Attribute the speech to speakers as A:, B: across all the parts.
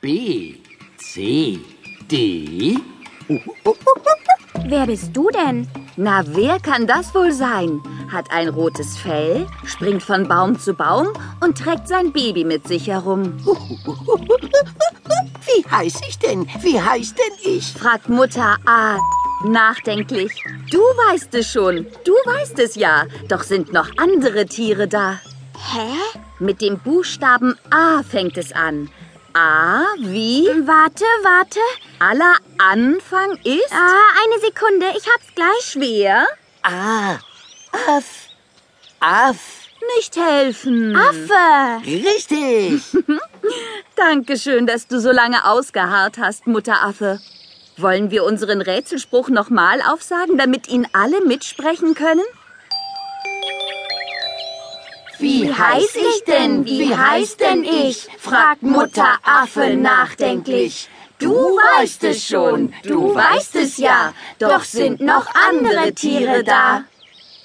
A: B, C, D.
B: Wer bist du denn?
C: Na, wer kann das wohl sein? Hat ein rotes Fell, springt von Baum zu Baum und trägt sein Baby mit sich herum.
A: Wie heiß ich denn? Wie heiß denn ich?
C: Fragt Mutter A. Nachdenklich. Du weißt es schon. Du weißt es ja. Doch sind noch andere Tiere da.
B: Hä?
C: Mit dem Buchstaben A fängt es an. A wie
B: Warte, warte.
C: aller Anfang ist
B: Ah, eine Sekunde, ich hab's gleich.
C: schwer.
A: A, Aff, Aff.
C: Nicht helfen.
B: Affe.
A: Richtig.
C: Dankeschön, dass du so lange ausgeharrt hast, Mutteraffe. Wollen wir unseren Rätselspruch nochmal aufsagen, damit ihn alle mitsprechen können?
B: Wie heiß ich denn? Wie heiß denn ich? fragt Mutteraffe nachdenklich. Du weißt es schon, du weißt es ja, doch sind noch andere Tiere da.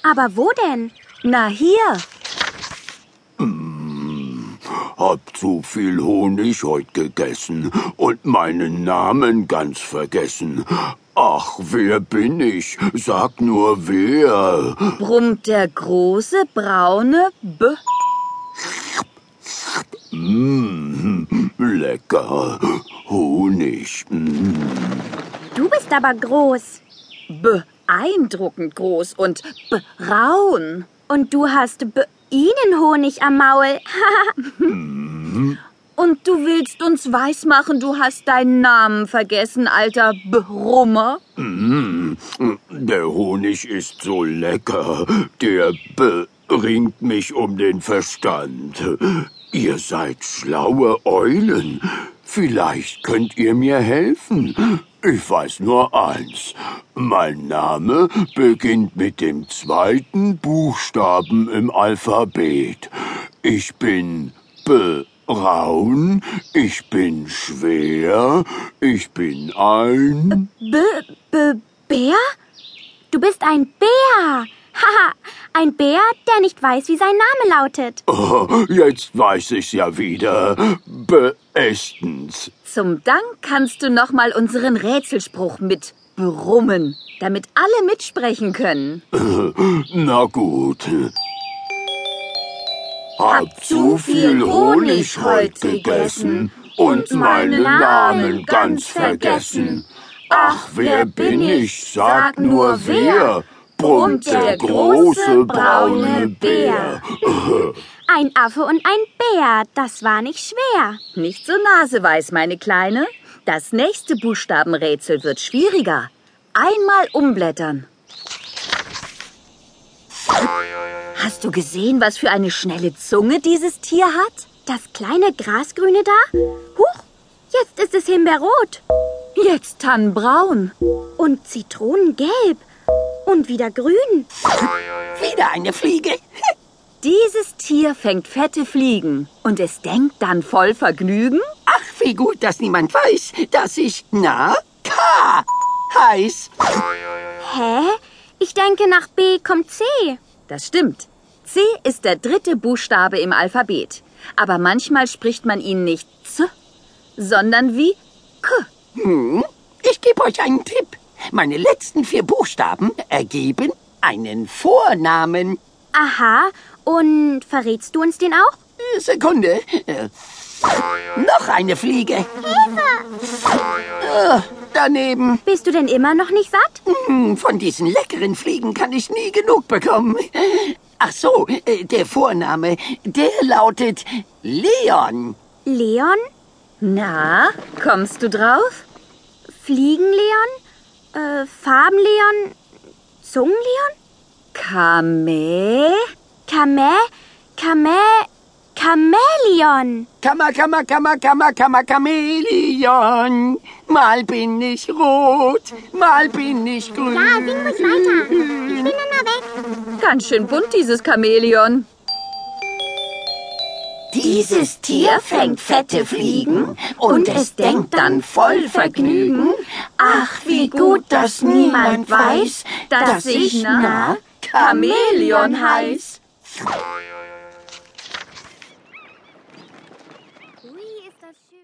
C: Aber wo denn? Na hier.
D: Hab zu viel Honig heut gegessen und meinen Namen ganz vergessen. Ach, wer bin ich? Sag nur wer.
C: brummt der große braune B.
D: Hm, Lecker. Honig. Mm.
B: Du bist aber groß.
C: Beeindruckend groß und braun.
B: Und du hast Be Bienenhonig am Maul.
C: Und du willst uns weismachen, du hast deinen Namen vergessen, alter Brummer.
D: Der Honig ist so lecker. Der bringt mich um den Verstand. Ihr seid schlaue Eulen. Vielleicht könnt ihr mir helfen. Ich weiß nur eins. Mein Name beginnt mit dem zweiten Buchstaben im Alphabet. Ich bin braun, ich bin schwer, ich bin ein...
B: B B Bär? Du bist ein Bär. Haha, ein Bär, der nicht weiß, wie sein Name lautet.
D: Oh, jetzt weiß ich's ja wieder. Bestens.
C: Zum Dank kannst du nochmal unseren Rätselspruch mit brummen, damit alle mitsprechen können.
D: Na gut.
C: Hab zu viel Honig heut gegessen
D: und
C: meinen Namen ganz vergessen.
D: Ach,
C: wer bin ich? Sag nur wer, brummt der große braune Bär.
B: Ein Affe und ein Bär, das war nicht schwer.
C: Nicht so naseweiß, meine Kleine. Das nächste Buchstabenrätsel wird schwieriger. Einmal umblättern. Hast du gesehen, was für eine schnelle Zunge dieses Tier hat?
B: Das kleine Grasgrüne da? Huch, jetzt ist es Himbeerrot
C: Jetzt Tannenbraun.
B: und Zitronengelb und wieder grün.
A: Wieder eine Fliege.
C: Dieses Tier fängt fette Fliegen und es denkt dann voll Vergnügen.
A: Ach, wie gut, dass niemand weiß, dass ich, na, K heiß.
B: Hä? Ich denke, nach B kommt C.
C: Das stimmt. C ist der dritte Buchstabe im Alphabet. Aber manchmal spricht man ihn nicht Z, sondern wie K.
A: Ich gebe euch einen Tipp. Meine letzten vier Buchstaben ergeben einen Vornamen.
B: Aha, und verrätst du uns den auch?
A: Sekunde. Äh, noch eine Fliege. Äh, daneben.
B: Bist du denn immer noch nicht satt?
A: Hm, Von diesen leckeren Fliegen kann ich nie genug bekommen. Ach so, äh, der Vorname, der lautet Leon.
B: Leon?
C: Na, kommst du drauf?
B: Fliegenleon? Äh, Farbenleon? Zungenleon?
C: Kameh?
B: Kamä? Kamä? Chamäleon.
A: Kammer, Kammer, Kammer, Kammer, Kammer, Chamäleon. Mal bin ich rot, mal bin ich grün.
B: weiter. Ich bin dann mal weg.
C: Ganz schön bunt, dieses Chamäleon.
A: Dieses Tier fängt fette Fliegen und es denkt dann voll Vergnügen. Ach, wie gut, dass niemand weiß, dass ich ne na Chamäleon heiß.
B: Ui, ist das schön.